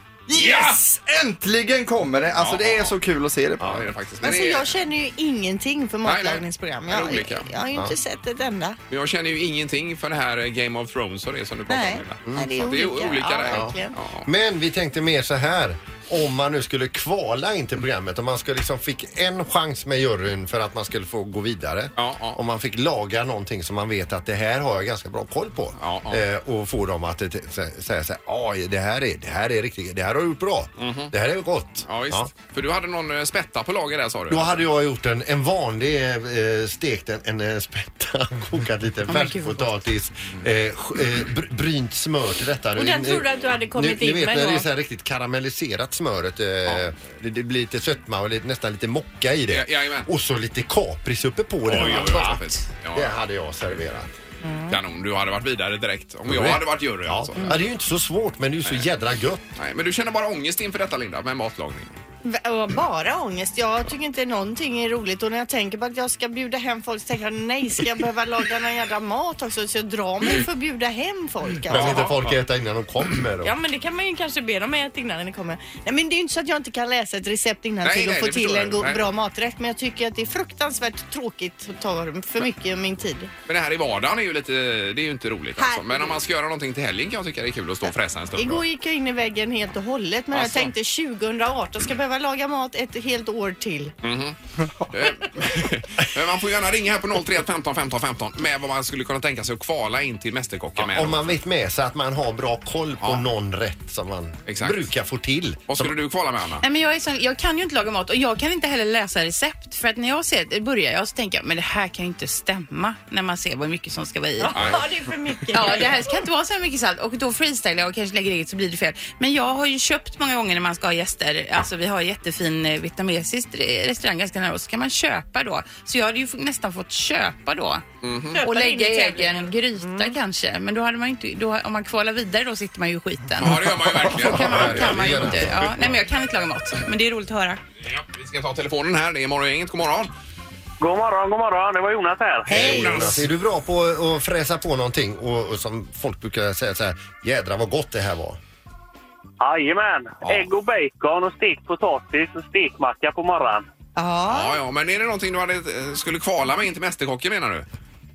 Speaker 8: Yes! Äntligen kommer det! Alltså
Speaker 1: Ja.
Speaker 8: det är så kul att se det på.
Speaker 1: Ja, det är det faktiskt. Men
Speaker 2: Alltså
Speaker 1: det är,
Speaker 2: jag känner ju ingenting för
Speaker 1: nej.
Speaker 2: matlagningsprogram.
Speaker 1: Det är
Speaker 2: Jag,
Speaker 1: olika.
Speaker 2: jag har ju inte sett ett enda.
Speaker 1: jag känner ju ingenting för det här eh, Game of Thrones och det som du pratar
Speaker 2: Nej,
Speaker 1: om. Eva.
Speaker 2: Nej, det är
Speaker 1: Så Det är ju
Speaker 2: olika.
Speaker 1: olika
Speaker 2: Ja,
Speaker 1: där.
Speaker 2: verkligen.
Speaker 1: Ja.
Speaker 3: Men vi tänkte mer så här. Om man nu skulle kvala in till programmet, om man skulle liksom fick en chans med juryn för att man skulle få gå vidare.
Speaker 1: Ja, ja.
Speaker 3: Om man fick laga någonting som man vet att det här har jag ganska bra koll på.
Speaker 1: Ja, ja.
Speaker 3: Eh, och få dem att eh, sä- säga så här, "Aj, det här är, det här är riktigt, det här har du gjort bra. Det här är gott.
Speaker 1: Mhm. Ja, visst.
Speaker 3: Ja.
Speaker 1: För du hade någon eh, spätta på lager där sa du.
Speaker 3: Då hade jag gjort en, en vanlig eh, stekt, en, en eh, spätta, kokat lite färskpotatis, eh, sj- eh, br- brynt smör till detta.
Speaker 2: Och den trodde att du hade kommit
Speaker 3: nu,
Speaker 2: in
Speaker 3: Ni
Speaker 2: med
Speaker 3: vet när det
Speaker 2: då?
Speaker 3: är så här riktigt karamelliserat smöret. Eh, det, det blir lite sötma och lite, nästan lite mocka i det.
Speaker 1: Ja, jajamän.
Speaker 3: och så lite kapris uppe på det.
Speaker 1: Oj, oj, oj. Ja,
Speaker 3: Det hade jag serverat. Mm.
Speaker 1: Kanon, du hade varit vidare direkt. Om jag hade varit jury
Speaker 3: Ja.
Speaker 1: alltså.
Speaker 3: ja, det är ju inte så svårt men det är ju så jädra gött.
Speaker 1: Nej, men du känner bara ångest inför detta Linda, med matlagning?
Speaker 2: V- och Bara ångest. Jag tycker inte någonting är roligt och när jag tänker på att jag ska bjuda hem folk så tänker jag nej, ska jag behöva laga någon jävla mat också? Så jag drar mig för att bjuda hem folk.
Speaker 3: Men
Speaker 2: Alltså.
Speaker 3: inte folk äta innan de kommer. då.
Speaker 2: Ja men det kan man ju kanske be dem äta innan ni kommer. Nej men det är ju inte så att jag inte kan läsa ett recept innan
Speaker 1: Nej,
Speaker 2: till och
Speaker 1: nej,
Speaker 2: få
Speaker 1: det förstår
Speaker 2: till en
Speaker 1: jag.
Speaker 2: god,
Speaker 1: Nej.
Speaker 2: bra maträtt. Men jag tycker att det är fruktansvärt tråkigt och tar för mycket av min tid.
Speaker 1: Men det här i vardagen är ju lite, det är ju inte roligt alltså. Men om man ska göra någonting till helgen kan jag tycka det är kul att stå och fräsa en stund.
Speaker 2: Igår gick jag in i väggen helt och hållet men
Speaker 1: Alltså.
Speaker 2: jag tänkte 2018 ska jag behöva laga mat ett helt år till.
Speaker 1: Eh, Men man får gärna ringa här på 031 15 15 15 med vad man skulle kunna tänka sig att kvala in till Mästerkocken med.
Speaker 3: Om man vet med sig att man har bra koll på någon rätt som man
Speaker 1: Exakt.
Speaker 3: brukar få till.
Speaker 1: Vad skulle du kvala med Anna?
Speaker 6: Nej, men jag, är så, jag kan ju inte laga mat och jag kan inte heller läsa recept. För att när jag ser det, börjar jag så tänker jag, men det här kan ju inte stämma. När man ser vad mycket som ska vara i.
Speaker 2: Ja det är för mycket.
Speaker 6: Ja, det här kan inte vara så här mycket salt och då freestylar jag och kanske lägger eget så blir det fel. Men jag har ju köpt många gånger när man ska ha gäster, alltså vi har en jättefin eh, vietnamesisk re- restaurang ganska nära oss, så kan man köpa då. Så jag hade ju f- nästan fått köpa då
Speaker 2: Köpa
Speaker 6: och
Speaker 2: det in i
Speaker 6: lägga egen
Speaker 2: tävlingen.
Speaker 6: gryta kanske. Men då hade man ju inte, då, om man kvalar vidare då sitter man ju i skiten.
Speaker 1: Ja, det gör man ju
Speaker 6: Så kan man,
Speaker 1: verkligen.
Speaker 6: kan man ju inte. Ja, nej men jag kan inte laga mat, men det är roligt att höra.
Speaker 1: Ja, vi ska ta telefonen här. Det är Morgongänget. God morgon.
Speaker 7: God morgon, god morgon. Det var Jonas här.
Speaker 1: Hej
Speaker 3: Jonas, är du bra på att fräsa på någonting och, och som folk brukar säga så här, jädra vad gott det här var.
Speaker 7: Jajamän. Ägg och bacon och stekt potatis och stekmacka på morgonen.
Speaker 2: Ja.
Speaker 1: Ja, ja, men är det någonting du hade, eh, skulle kvala med in till Mästerkocken menar du?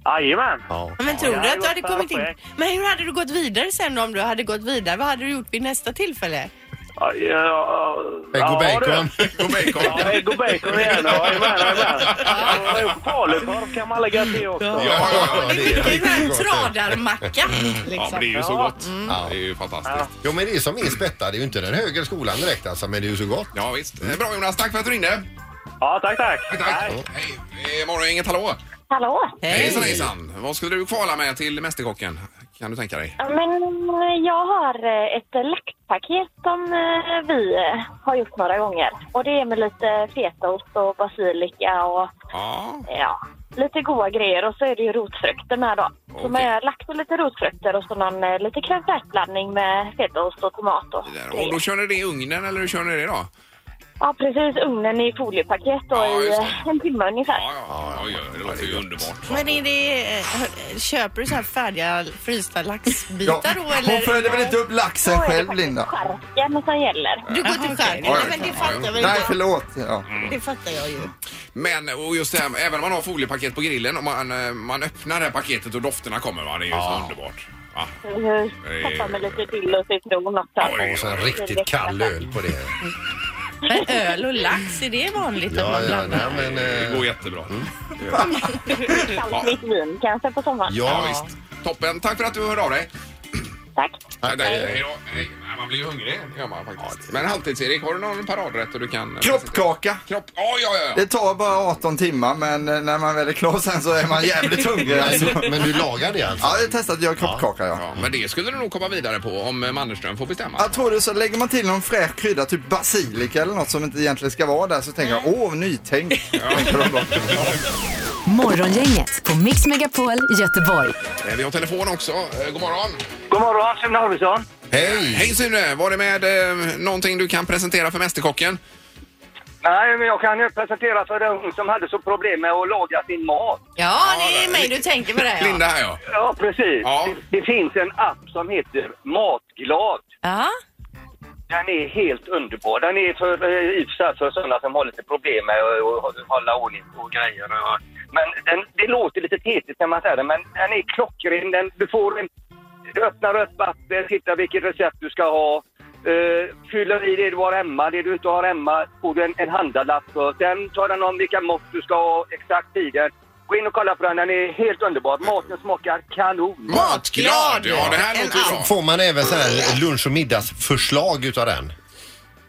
Speaker 7: Jajamän.
Speaker 3: Ja.
Speaker 2: Men tror du
Speaker 7: Ja,
Speaker 2: att du hade
Speaker 7: jag
Speaker 2: kommit in?
Speaker 7: fattar.
Speaker 2: Men hur hade du gått vidare sen om du hade gått vidare? Vad hade du gjort vid nästa tillfälle?
Speaker 7: Ja, ja, ja,
Speaker 3: Ägg och
Speaker 7: ja, du.
Speaker 3: bacon.
Speaker 1: Och bacon.
Speaker 7: Ja, ägg och bacon igen. Jajamän, jajamän. Ja, och Falukorv kan man lägga till också.
Speaker 1: Ja, ja, ja.
Speaker 3: det är
Speaker 2: Det var en
Speaker 3: gott.
Speaker 2: tradarmacka
Speaker 1: Ja, men det är
Speaker 2: liksom.
Speaker 1: ju så
Speaker 7: Ja.
Speaker 1: gott. Det är ju fantastiskt.
Speaker 3: Jo men det är som är spätta, det är ju inte den högre skolan direkt alltså, men det är ju så gott.
Speaker 1: Ja, visst. Eh, Bra Jonas, tack för att du ringde.
Speaker 7: Ja, tack, tack.
Speaker 1: Tack, tack. Hej. Eh, Morgongänget, hallå.
Speaker 9: Hallå?
Speaker 1: Hejsan, hejsan. Vad skulle du kvala med till Mästerkocken? Kan du tänka dig?
Speaker 9: Ja, Men eh, jag har eh, ett eh, laxpaket som eh, vi eh, har gjort några gånger. Och det är med lite fetaost och basilika och
Speaker 1: Ja.
Speaker 9: ja, lite goda grejer. Och så är det ju rotfrukter med då.
Speaker 1: Okej.
Speaker 9: Så med lax och lite rotfrukter och så någon eh, lite crème fraîche-blandning med fetaost och tomat och
Speaker 1: Där. Och
Speaker 9: grejer.
Speaker 1: då kör ni det i ugnen eller hur kör ni det då?
Speaker 9: Ja, precis. Ugnen i foliepaket och
Speaker 1: Ja,
Speaker 9: i
Speaker 1: just det.
Speaker 9: eh, en timme ungefär.
Speaker 1: Ja, ja, ja, ja det låter ju underbart.
Speaker 2: Men är det, eh, köper du så här färdiga frysta
Speaker 8: Ja.
Speaker 2: laxbitar då
Speaker 8: Hon
Speaker 2: eller?
Speaker 8: föder väl inte upp laxen
Speaker 9: Då är det
Speaker 8: själv
Speaker 9: faktiskt
Speaker 8: Linda?
Speaker 9: skärken som gäller.
Speaker 2: Du går till skärgården?
Speaker 8: Ja,
Speaker 2: Nej
Speaker 8: ja.
Speaker 2: men det fattar väl
Speaker 8: Nej
Speaker 2: jag.
Speaker 8: förlåt. Ja.
Speaker 2: Det fattar jag ju.
Speaker 1: Men och just det här, även om man har foliepaket på grillen och man, eh, man öppnar det här paketet och dofterna kommer va? Det är ju så underbart. Va?
Speaker 9: Eh, Toppa med lite dill och citron också.
Speaker 3: Och så en riktigt kall öl på det.
Speaker 2: Men öl och lax, är det vanligt att
Speaker 3: Ja,
Speaker 2: man
Speaker 3: ja,
Speaker 2: blandar?
Speaker 3: nej, men,
Speaker 1: Det
Speaker 3: eh,
Speaker 1: går jättebra.
Speaker 9: Kallt vin kanske på sommaren.
Speaker 1: Ja,
Speaker 3: ja,
Speaker 1: visst. Toppen. Tack för att du hörde av dig.
Speaker 9: Tack.
Speaker 1: Nej, nej, hej då. Nej, Man blir ju hungrig. det gör man faktiskt. Men halvtids-Erik, har du någon paradrätt du kan...
Speaker 8: Kroppkaka.
Speaker 1: Kropp. Ja, ja, ja.
Speaker 8: Det tar bara 18 timmar men eh, när man väl är klar sen så är man jävligt hungrig alltså.
Speaker 3: men du lagar det alltså?
Speaker 8: Ja, jag har testat att göra kroppkaka ja.
Speaker 1: Ja, men det skulle du nog komma vidare på om eh, Mannerström får bestämma.
Speaker 8: Jag tror det, så lägger man till någon fräsch krydda, typ basilika eller något som inte egentligen ska vara där så tänker jag åh, nytänk. tänker de då.
Speaker 4: Morgongänget på Mix Megapol Göteborg.
Speaker 1: Eh, Vi har telefon också. Eh, God morgon.
Speaker 7: God morgon, Sune Arvidsson.
Speaker 3: Hej!
Speaker 1: Hej Sune! Var det med eh, någonting du kan presentera för Mästerkocken?
Speaker 7: Nej, men jag kan ju presentera för den som hade så problem med att laga sin mat.
Speaker 2: Ja, det är mig du tänker på det. Ja.
Speaker 1: Linda här ja.
Speaker 7: Ja, precis.
Speaker 1: Ja.
Speaker 7: Det, det finns en app som heter Matglad.
Speaker 2: Ja.
Speaker 7: Den är helt underbar. Den är för, eh, i och för sig för sådana som har lite problem med att att hålla ordning på grejer. och- Men den, det låter lite tetigt när man säger det, men den är klockren. Den, du, får en, du öppnar upp appen, tittar vilket recept du ska ha. eh, fyller i det du har hemma, det du inte har hemma får du en, en handlarlapp för. Sen tar den om vilka mått du ska ha, exakt tiden. Gå in och kolla på den, den är helt underbar. Maten smakar kanon.
Speaker 1: Matglad! Ja, det här låter ju bra.
Speaker 3: Får man även så här lunch och middagsförslag utav den?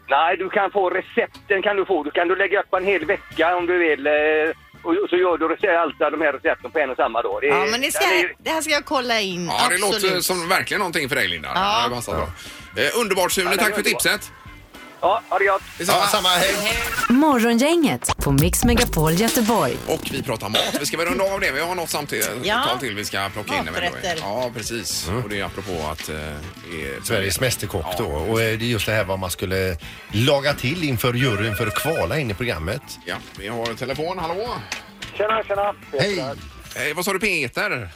Speaker 7: Nej, du kan få recepten kan du få. Du kan du lägga upp en hel vecka om du vill. eh, Och och så gör du rece- alla de här recepten på en och samma dag. Det är-
Speaker 2: ja, men det, ska,
Speaker 7: den är-
Speaker 2: det här ska jag kolla in.
Speaker 1: Ja, det
Speaker 2: Absolut.
Speaker 1: låter som verkligen någonting för dig Linda. Ja. Det passar bra. Eh, Underbart Sune,
Speaker 7: den
Speaker 1: tack
Speaker 7: är
Speaker 1: för
Speaker 7: underbar.
Speaker 1: tipset.
Speaker 7: Ja, ha det gött!
Speaker 1: Detsamma.
Speaker 3: Ja, samma. Hej!
Speaker 4: Morgongänget på Mix Megapol Göteborg.
Speaker 1: Och vi pratar mat. Vi ska väl runda av det. Vi har något samtidigt
Speaker 2: Ja.
Speaker 1: tal till vi ska plocka in. eventuellt.
Speaker 2: Maträtter.
Speaker 1: Ja, precis. Och det är apropå att... Eh, det är-
Speaker 3: Sveriges Mästerkock då. Och eh, det är just det här vad man skulle laga till inför juryn för att kvala in i programmet.
Speaker 1: Ja, vi har telefon. Hallå?
Speaker 7: Tjena, tjena!
Speaker 3: Hej!
Speaker 1: Eh, vad sa du? Peter?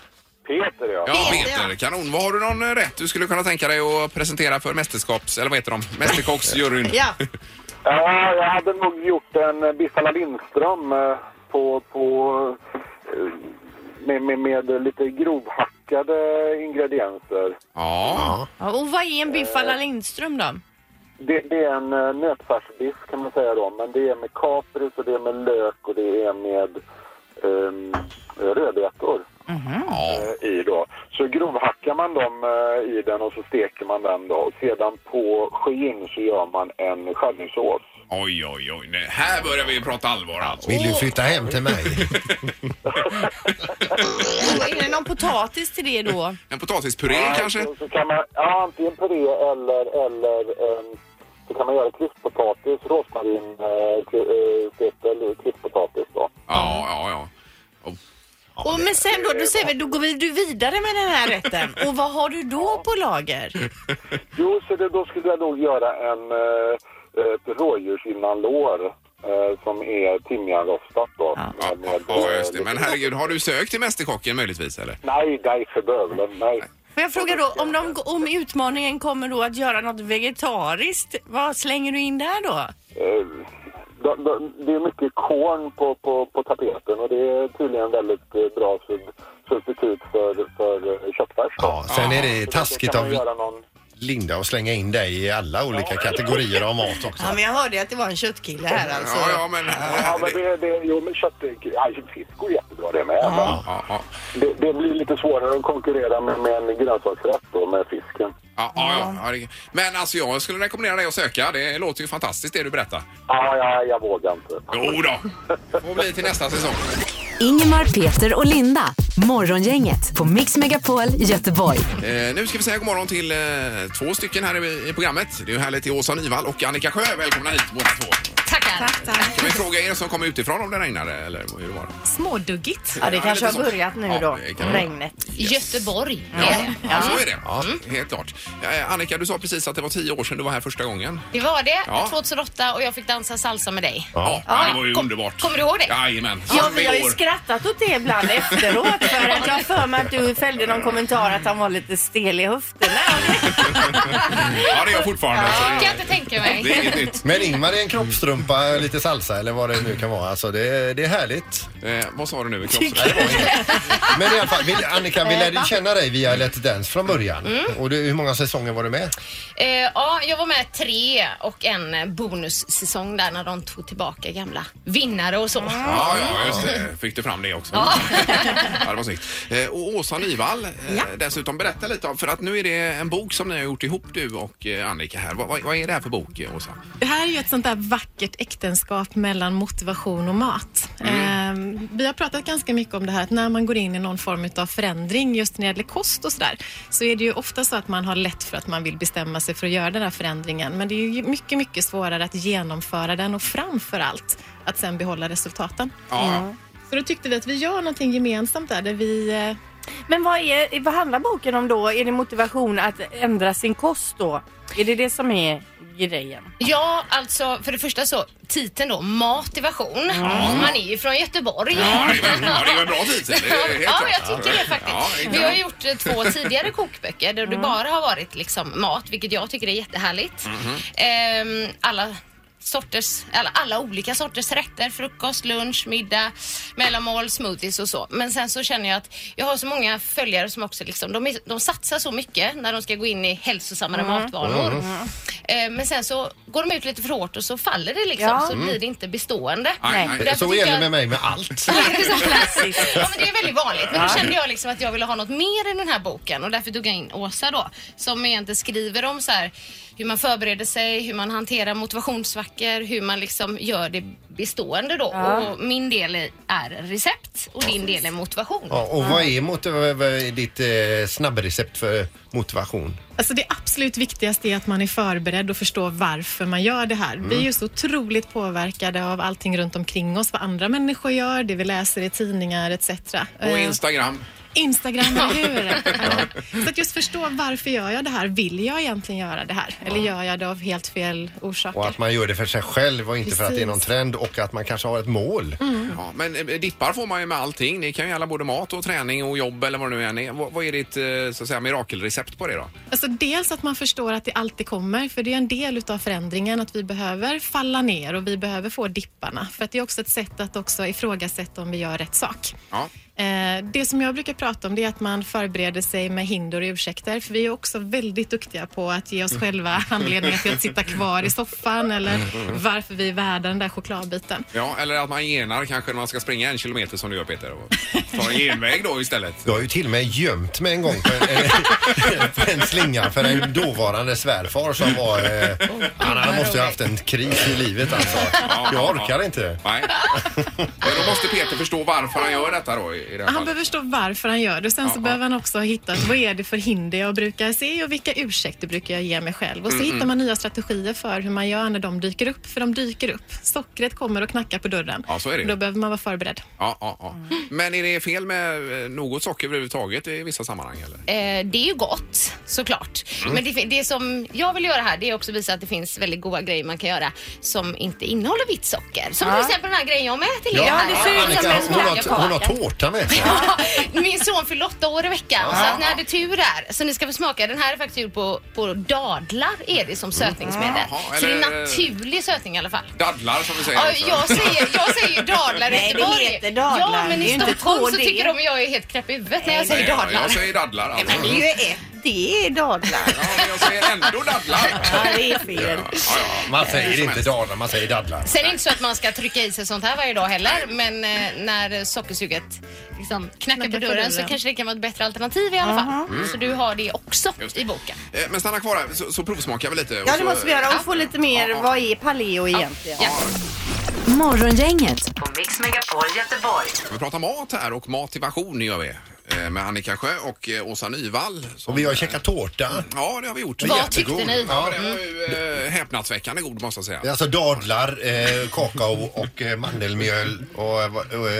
Speaker 7: Peter,
Speaker 1: Ja,
Speaker 2: Peter,
Speaker 1: Peter.
Speaker 2: ja.
Speaker 1: Kanon. Vad har du någon eh, rätt du skulle kunna tänka dig att presentera för mästerskaps... Eller vad heter de? Mästerkocksjuryn?
Speaker 2: Ja.
Speaker 7: Ja, jag hade nog gjort en eh, Biffala Lindström eh, på, på, eh, med, med, med lite grovhackade ingredienser.
Speaker 1: Ja.
Speaker 2: Ja, och vad är en biff alla Lindström då?
Speaker 7: Det, det är en eh, nötfärsbiff kan man säga då, men det är med kapris och det är med lök och det är med um, rödbetor
Speaker 10: Mm-hmm.
Speaker 1: ja.
Speaker 7: eh, i då. Så grovhackar man dem eh, i den och så steker man den då. Och sedan på skyn så gör man en sköljningssås.
Speaker 1: Oj, oj, oj. Nej, här börjar vi prata allvar alltså.
Speaker 3: Vill du flytta hem till mig?
Speaker 2: Och Är det någon potatis till det då?
Speaker 1: En potatispuré kanske?
Speaker 7: Så, så kan man, ja, antingen puré eller, eller um, så kan man göra kryddpotatis, rosmarin, eh, kry- eh, fetel, kryddpotatis då.
Speaker 1: Ja, ja, ja. Och,
Speaker 2: Och men sen då, då säger vi, då går vi du vidare med den här rätten. Och vad har du då på lager?
Speaker 7: Jo, så det, då skulle jag nog göra en eh, ett rådjursinnanlår eh, som är timjanrostat då.
Speaker 1: ja,
Speaker 7: Med-
Speaker 1: ja,
Speaker 7: med-
Speaker 1: ja, just det. Men
Speaker 7: lite-
Speaker 1: herregud, har du sökt till Mästerkocken möjligtvis eller?
Speaker 7: Nej, nej för bövelen, nej.
Speaker 2: Får jag fråga då, om, de, om utmaningen kommer då att göra något vegetariskt, vad slänger du in där då?
Speaker 7: Eh, då- då- det är mycket korn på, på, på tapeten och det är tydligen väldigt eh, bra sub- substitut för, för eh, köttfärs. då.
Speaker 3: Ja, sen är det
Speaker 7: Så då
Speaker 3: taskigt
Speaker 7: kan man
Speaker 3: av
Speaker 7: göra någon...
Speaker 3: Linda att slänga in dig i alla olika kategorier av mat också.
Speaker 2: Ja, men jag hörde att det var en köttkille här alltså.
Speaker 1: Ja, ja, men...
Speaker 7: Ja, men det, det, jo, men kött... Ja, fisk går jättebra det med. Men
Speaker 1: Ja, ja,
Speaker 7: det, det blir lite svårare att konkurrera med, med en grönsaksrätt då, med fisken.
Speaker 1: ja, ja, ja, herregud. Men alltså jag skulle rekommendera dig att söka. Det låter ju fantastiskt det du berättar.
Speaker 7: Ja, ja, jag vågar inte.
Speaker 1: Jo då. får bli till nästa säsong.
Speaker 4: Ingemar, Peter och Linda. Morgongänget på Mix Megapol Göteborg.
Speaker 1: Eh, nu ska vi säga god morgon till eh, två stycken här i, i programmet. Det är ju härligt till Åsa Nyvall och Annika Sjö. Välkomna hit båda två.
Speaker 6: Tack, tack.
Speaker 1: Kan vi fråga er som kommer utifrån om det regnade eller hur det var?
Speaker 10: Småduggigt.
Speaker 2: Ja, det kanske
Speaker 1: lite
Speaker 2: har
Speaker 1: så.
Speaker 2: börjat nu
Speaker 1: Ja,
Speaker 2: då,
Speaker 1: det kan-
Speaker 2: regnet.
Speaker 10: Göteborg.
Speaker 1: Ja, ja, så är det. Mm, Helt klart. Eh, Annika, du sa precis att det var tio år sedan du var här första gången.
Speaker 10: Det var det,
Speaker 1: Ja.
Speaker 10: 2008 och jag fick dansa salsa med dig.
Speaker 1: Ja, det var ju underbart.
Speaker 10: kommer du ihåg det?
Speaker 1: Jajamän.
Speaker 2: Ja,
Speaker 1: Som
Speaker 2: vi har ju
Speaker 1: igår.
Speaker 2: skrattat åt det ibland efteråt för att jag har för mig att du fällde någon kommentar att han var lite stel i höfterna.
Speaker 1: Ja, det är jag fortfarande. så
Speaker 10: Kan
Speaker 1: det-
Speaker 10: jag inte tänka mig.
Speaker 1: Det är inget nytt.
Speaker 3: Men Ingmar är en kroppstrumpa kroppsröra, lite salsa eller vad det nu kan vara. Alltså det, det är härligt.
Speaker 1: Eh, vad sa du nu?
Speaker 3: Men i alla fall, vi- Annika, vi lärde ju känna dig via Let's Dance från början.
Speaker 10: Eh, Mm.
Speaker 3: Och du, hur många säsonger var du med?
Speaker 10: Eh, ja, jag var med tre och en eh, bonussäsong där när de tog tillbaka gamla vinnare och så.
Speaker 1: Ja,
Speaker 10: Mm.
Speaker 1: ja, just det. Fick du fram det också? Ja. det var snyggt. Eh, Och Åsa Nyvall, eh, dessutom berätta lite om, för att nu är det en bok som ni har gjort ihop du och eh, Annika här. Vad, vad, vad är det här för bok, eh, Åsa?
Speaker 10: Mm.
Speaker 11: Det här är ju ett sånt där vackert äktenskap mellan motivation och mat. Ehm, vi har pratat ganska mycket om det här att när man går in i någon form av förändring just när det gäller kost och sådär så är det ju ofta så att man har lätt för att man vill bestämma sig för att göra den här förändringen men det är ju mycket, mycket svårare att genomföra den och framför allt att sen behålla resultaten.
Speaker 1: Ja. Mm.
Speaker 11: Så då tyckte vi att vi gör någonting gemensamt där, där vi eh,
Speaker 12: Men vad, är, vad handlar boken om då? Är det motivation att ändra sin kost då? Är det det som är grejen?
Speaker 10: Ja, alltså för det första så, titeln då, Mativation. Man är ju från Göteborg.
Speaker 1: Ja, det är ju en bra titel. det är helt
Speaker 10: Ja,
Speaker 1: klart.
Speaker 10: jag tycker det
Speaker 1: Ja,
Speaker 10: faktiskt.
Speaker 1: inte
Speaker 10: Vi har
Speaker 1: bra.
Speaker 10: gjort eh, två tidigare kokböcker där det
Speaker 3: Mm.
Speaker 10: bara har varit liksom mat, vilket jag tycker är jättehärligt.
Speaker 3: Mm-hmm.
Speaker 10: Ehm, alla sorters, alla, alla olika sorters rätter, frukost, lunch, middag, mellanmål, smoothies och så. Men sen så känner jag att jag har så många följare som också liksom, de, är, de satsar så mycket när de ska gå in i hälsosammare matvanor.
Speaker 12: Mm.
Speaker 10: Eh, Men sen så går de ut lite för hårt och så faller det liksom
Speaker 3: Ja.
Speaker 10: så
Speaker 3: Mm.
Speaker 10: blir det inte bestående. Därför
Speaker 3: Så
Speaker 10: tycker
Speaker 3: är det
Speaker 10: jag-
Speaker 3: med mig med allt.
Speaker 10: Ja, men det är väldigt vanligt. Men då
Speaker 3: Ja.
Speaker 10: kände jag liksom att jag ville ha något mer i den här boken och därför tog jag in Åsa då som egentligen skriver om så här, hur man förbereder sig, hur man hanterar motivationssvackor, hur man liksom gör det bestående då.
Speaker 3: Ja.
Speaker 10: Och min del är- är recept och din del är motivation.
Speaker 3: Ja, och vad är motiv- vad är ditt eh, snabbrecept för motivation?
Speaker 11: Alltså det absolut viktigaste är att man är förberedd och förstår varför man gör det här.
Speaker 3: Mm.
Speaker 11: Vi är ju så otroligt påverkade av allting runt omkring oss, vad andra människor gör, det vi läser i tidningar etc.
Speaker 1: Och
Speaker 11: Eh,
Speaker 1: Instagram.
Speaker 11: Instagram, eller hur? Ja. Så att just förstå varför gör jag det här? Vill jag egentligen göra det här? Eller gör jag det av helt fel orsaker?
Speaker 3: Och att man gör det för sig själv och inte för att det är någon
Speaker 11: Precis.
Speaker 3: trend och att man kanske har ett mål.
Speaker 1: Ja, men eh, dippar får man ju med allting. Det kan ju gälla både mat och träning och jobb eller vad det nu än är. Vad, vad är ditt eh, så att säga, mirakelrecept på det då?
Speaker 11: Alltså dels att man förstår att det alltid kommer, för det är en del utav förändringen att vi behöver falla ner och vi behöver få dipparna. För att det är också ett sätt att också ifrågasätta om vi gör rätt sak.
Speaker 1: Ja.
Speaker 11: Eh, Det som jag brukar prata om det är att man förbereder sig med hinder och ursäkter. För vi är också väldigt duktiga på att ge oss själva anledningar till att sitta kvar i soffan eller varför vi är värda den där chokladbiten.
Speaker 1: Ja, eller att man genar kanske när man ska springa en kilometer som du gör Peter. Och ta en genväg då istället.
Speaker 3: Jag har ju till och med gömt mig en gång på en, på en slinga för en dåvarande svärfar som var... Eh, han han måste ju ha haft en kris i livet alltså. Jag orkar inte.
Speaker 1: Nej. Men då måste Peter förstå varför han gör detta då i i det här
Speaker 11: Han
Speaker 1: fallet.
Speaker 11: behöver förstå varför han gör det och sen så behöver han också ha hittat vad är det för hinder jag brukar se och vilka ursäkter brukar jag ge mig själv. Och så
Speaker 1: Mm,
Speaker 11: hittar
Speaker 1: mm.
Speaker 11: man nya strategier för hur man gör när de dyker upp, för de dyker upp. Sockret kommer och knackar på dörren.
Speaker 1: Ja, så är det.
Speaker 11: Då behöver man vara förberedd.
Speaker 1: Ja, ja, ja.
Speaker 12: Mm.
Speaker 1: Men är det fel med eh, något socker överhuvudtaget i vissa sammanhang eller?
Speaker 10: Eh, det är ju gott såklart.
Speaker 1: Mm.
Speaker 10: Men det, fin- det som jag vill göra här det är också visa att det finns väldigt goda grejer man kan göra som inte innehåller vitt socker. Som till exempel den här grejen jag har med till er här.
Speaker 3: Annika, hon, har, hon har tårta med sig.
Speaker 10: Ja, Min son fyllde åtta år i veckan
Speaker 3: Ja.
Speaker 10: så att ni hade tur där. Så ni ska få smaka. Den här är faktiskt gjord på, på dadlar är det som sötningsmedel.
Speaker 1: Jaha,
Speaker 10: Så det
Speaker 1: eller-
Speaker 10: är naturlig sötning i alla fall.
Speaker 1: Dadlar som vi säger.
Speaker 10: Ja,
Speaker 1: också.
Speaker 10: jag säger, jag säger ju dadlar i
Speaker 1: Nej, det
Speaker 10: Göteborg.
Speaker 1: heter dadlar.
Speaker 10: Ja, men
Speaker 1: Det är
Speaker 10: i
Speaker 1: ju inte
Speaker 10: Stockholm så
Speaker 1: 2D.
Speaker 10: tycker de att jag är helt knäpp i huvudet när jag säger
Speaker 1: Nej,
Speaker 10: dadlar.
Speaker 1: Jag säger dadlar
Speaker 12: Nej,
Speaker 1: alltså.
Speaker 12: men det är ju ett D i dadlar.
Speaker 1: Ja, men jag säger ändå dadlar.
Speaker 12: Ja, det är fel.
Speaker 3: Man säger inte dadlar, man säger dadlar.
Speaker 10: Sen är det inte så att man ska trycka i sig sånt här varje dag heller, men eh, när sockersuget liksom knackar på dörren så
Speaker 11: dörren.
Speaker 10: kanske det kan vara ett bättre alternativ i alla fall.
Speaker 1: Mhm.
Speaker 10: Så du har det också i boken.
Speaker 1: Eh, Men stanna kvar här så, så provsmakar vi lite. och
Speaker 12: Ja, det
Speaker 1: så-
Speaker 12: måste vi göra. Och få lite mer, vad är paleo egentligen?
Speaker 4: Morgongänget
Speaker 12: På Mix Megapol Göteborg.
Speaker 1: Vi pratar mat här och motivation gör vi. eh, Med Annika Sjö och eh, Åsa Nyvall. eh, Mm.
Speaker 3: Och vi har käkat tårta. Mm.
Speaker 1: Ja, det har vi gjort.
Speaker 3: Vad
Speaker 1: Jättegod.
Speaker 3: tyckte ni?
Speaker 1: Ja, det var ju eh, häpnadsväckande god måste jag säga.
Speaker 3: Det är Alltså dadlar, eh, kakao och eh, mandelmjöl och, eh, vad- och eh,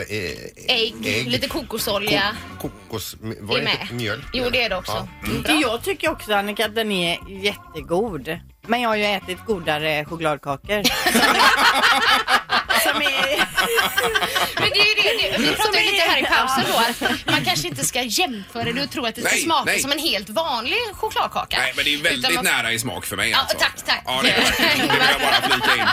Speaker 10: Ägg,
Speaker 3: Ägg.
Speaker 10: lite kokosolja.
Speaker 3: kokos...
Speaker 10: Det är
Speaker 3: Vad är det?
Speaker 10: med.
Speaker 3: Mjöl?
Speaker 10: Jo, det är det också.
Speaker 12: Mm. Jag tycker också Annika att den är jättegod. Men jag har ju ätit godare chokladkakor. Som är- som är
Speaker 10: Men det är ju det, det vi pratade ju lite här i pausen då att man kanske inte ska jämföra det och tro att det ska
Speaker 1: Nej,
Speaker 10: smaka
Speaker 1: nej.
Speaker 10: som en helt vanlig chokladkaka.
Speaker 1: Nej, men det är ju väldigt
Speaker 10: Utan man-
Speaker 1: nära i smak för mig
Speaker 10: Ja,
Speaker 1: alltså.
Speaker 10: tack, tack.
Speaker 1: Ja, det är det verkligen. Det vill jag bara flika in.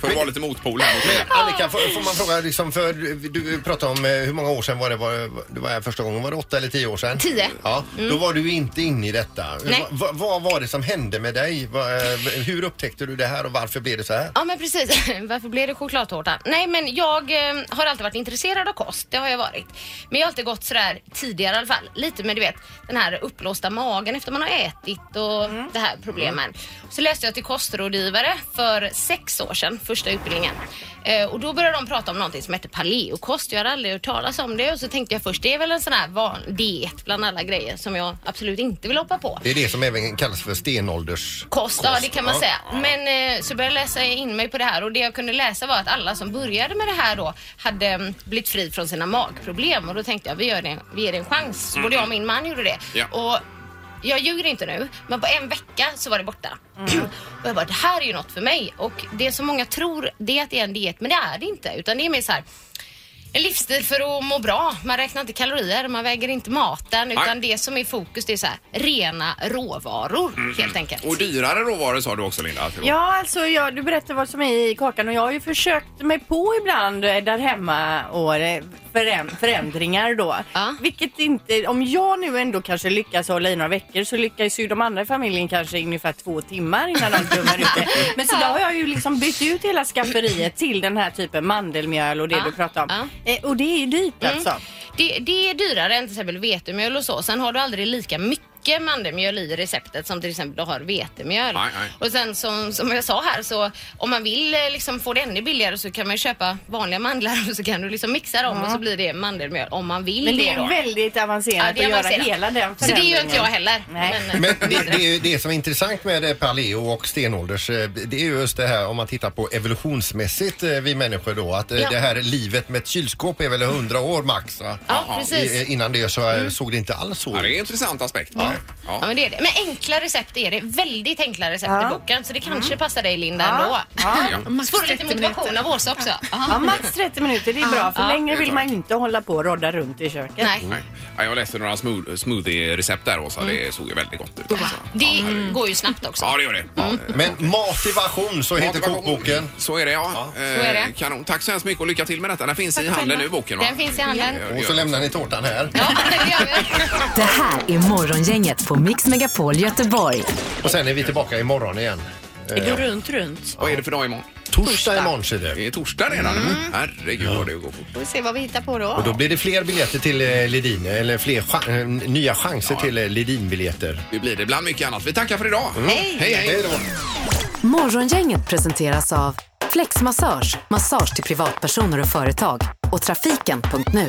Speaker 1: För att vara lite motpol här mot er.
Speaker 3: Annika, får, får man fråga, liksom för, du pratade om eh, hur många år sedan var det var, du var här första gången? Var det åtta eller tio år sedan?
Speaker 10: Tio.
Speaker 3: Ja,
Speaker 10: Mm.
Speaker 3: Då var du inte inne i detta.
Speaker 10: Nej.
Speaker 3: Va, va, vad var det som hände med dig? Va, eh, hur upptäckte du det här och varför blev det så här?
Speaker 10: Ja men precis, varför blev det chokladtårta? Nej men jag eh, har alltid varit intresserad av kost, det har jag varit. Men jag har alltid gått sådär tidigare i alla fall, lite med du vet den här uppblåsta magen efter man har ätit och det här problemen. Så läste jag till kostrådgivare för sex år sedan, första utbildningen. Eh, och då började de prata om någonting som heter paleokost. Jag hade aldrig hört talas om det och så tänkte jag först det är väl en sån här van diet bland alla grejer som jag absolut inte vill hoppa på.
Speaker 3: Det är det som även kallas för stenålders...
Speaker 10: Kost, ja det kan man
Speaker 3: ja.
Speaker 10: säga. Men eh, så började jag läsa in mig på det här och det jag kunde läsa var att alla som började med det här då hade mm, blivit fri från sina magproblem och då tänkte jag vi, gör det, vi ger det en chans. Så Både jag och min man gjorde det.
Speaker 13: Ja.
Speaker 10: Och jag ljuger inte nu, men på en vecka så var det borta. Och jag bara, det här är ju något för mig. Och det som många tror, det är att det är en diet, men det är det inte. Utan det är mer så här, en livsstil för att må bra. Man räknar inte kalorier, man väger inte maten.
Speaker 1: Nej.
Speaker 10: Utan det som är fokus, det är så här, rena råvaror helt enkelt.
Speaker 1: Och dyrare råvaror sa du också Linda. att det var.
Speaker 12: Ja, alltså jag, du berättar vad som är i kakan och jag har ju försökt mig på ibland eh, där hemma och eh, föräm- förändringar då. Vilket inte, om jag nu ändå kanske lyckas hålla i några veckor så lyckas ju de andra i familjen kanske i ungefär två timmar innan de dummar ut det. Men så då har jag ju liksom bytt ut hela skafferiet till den här typen mandelmjöl och det
Speaker 10: Ja,
Speaker 12: du pratar om. Eh, och det är ju dyrt
Speaker 10: Mm.
Speaker 12: alltså.
Speaker 10: Det, det är dyrare än till exempel vetemjöl och så. Sen har du aldrig lika mycket mandelmjöl i receptet som till exempel du har vetemjöl.
Speaker 13: Nej, nej.
Speaker 10: Och sen som, som jag sa här så om man vill eh, liksom få det ännu billigare så kan man ju köpa vanliga mandlar och så kan du liksom mixa dem
Speaker 12: Ja.
Speaker 10: och så blir det mandelmjöl om man vill
Speaker 12: Men det
Speaker 10: då.
Speaker 12: är väldigt avancerat
Speaker 10: Ja, det är
Speaker 12: att göra
Speaker 10: avancerat.
Speaker 12: hela den
Speaker 10: Så det gör
Speaker 12: förändringen.
Speaker 10: inte jag heller.
Speaker 12: Nej.
Speaker 10: Men,
Speaker 3: Men det, det, är ju det som är intressant med eh, paleo och stenålders, eh, det är ju just det här om man tittar på evolutionsmässigt eh, vi människor då, att eh,
Speaker 10: Ja.
Speaker 3: det här livet med ett kylskåp är väl 100 år max va?
Speaker 10: Ja, precis. Mm.
Speaker 3: I- Innan det så eh, såg det inte alls så ut.
Speaker 1: Det är en intressant aspekt.
Speaker 3: Ja.
Speaker 10: ja. men det är det. Men enkla recept är det. Väldigt enkla recept
Speaker 12: Ja. Mm.
Speaker 10: i boken så det kanske passar dig Linda
Speaker 12: Ja.
Speaker 10: ändå.
Speaker 12: Ja.
Speaker 10: Så får du lite motivation av oss också.
Speaker 12: Ja, max 30 minuter, det är bra. För
Speaker 10: Ja.
Speaker 12: längre
Speaker 1: Det är
Speaker 12: vill man inte hålla på och rodda runt i köket.
Speaker 1: Nej. Ja, jag läste några smo- smoothie-recept där Åsa. Det såg ju väldigt gott ut. Alltså.
Speaker 10: Det går ju snabbt också.
Speaker 1: Ja, det gör det. Mm.
Speaker 3: Men motivation, så heter kokboken.
Speaker 1: Så är det ja.
Speaker 10: är det.
Speaker 1: Eh, Kanon. Tack så hemskt mycket och lycka till med detta. Den finns i handeln nu boken va?
Speaker 10: Den finns i handeln.
Speaker 3: Och så lämnar ni tårtan här.
Speaker 4: Det här är Morgongänget på Mix Megapol Göteborg.
Speaker 3: Och sen är vi tillbaka imorgon igen. Eh,
Speaker 2: runt, runt?
Speaker 1: Vad är det för dag imorgon?
Speaker 3: Torsdag imorgon ser det.
Speaker 1: Det är torsdag redan.
Speaker 10: Mm.
Speaker 1: Herregud vad det går fort.
Speaker 10: Får vi se vad vi hittar på
Speaker 3: Och då blir det fler biljetter till eh, Ledin, eller fler cha- eh, nya chanser till eh, Ledin-biljetter.
Speaker 1: Det blir det bland mycket annat. Vi tackar för idag. Hej, hej.
Speaker 3: Hej då.
Speaker 4: Morgongänget presenteras av Flexmassage, massage till privatpersoner och företag och trafiken.nu.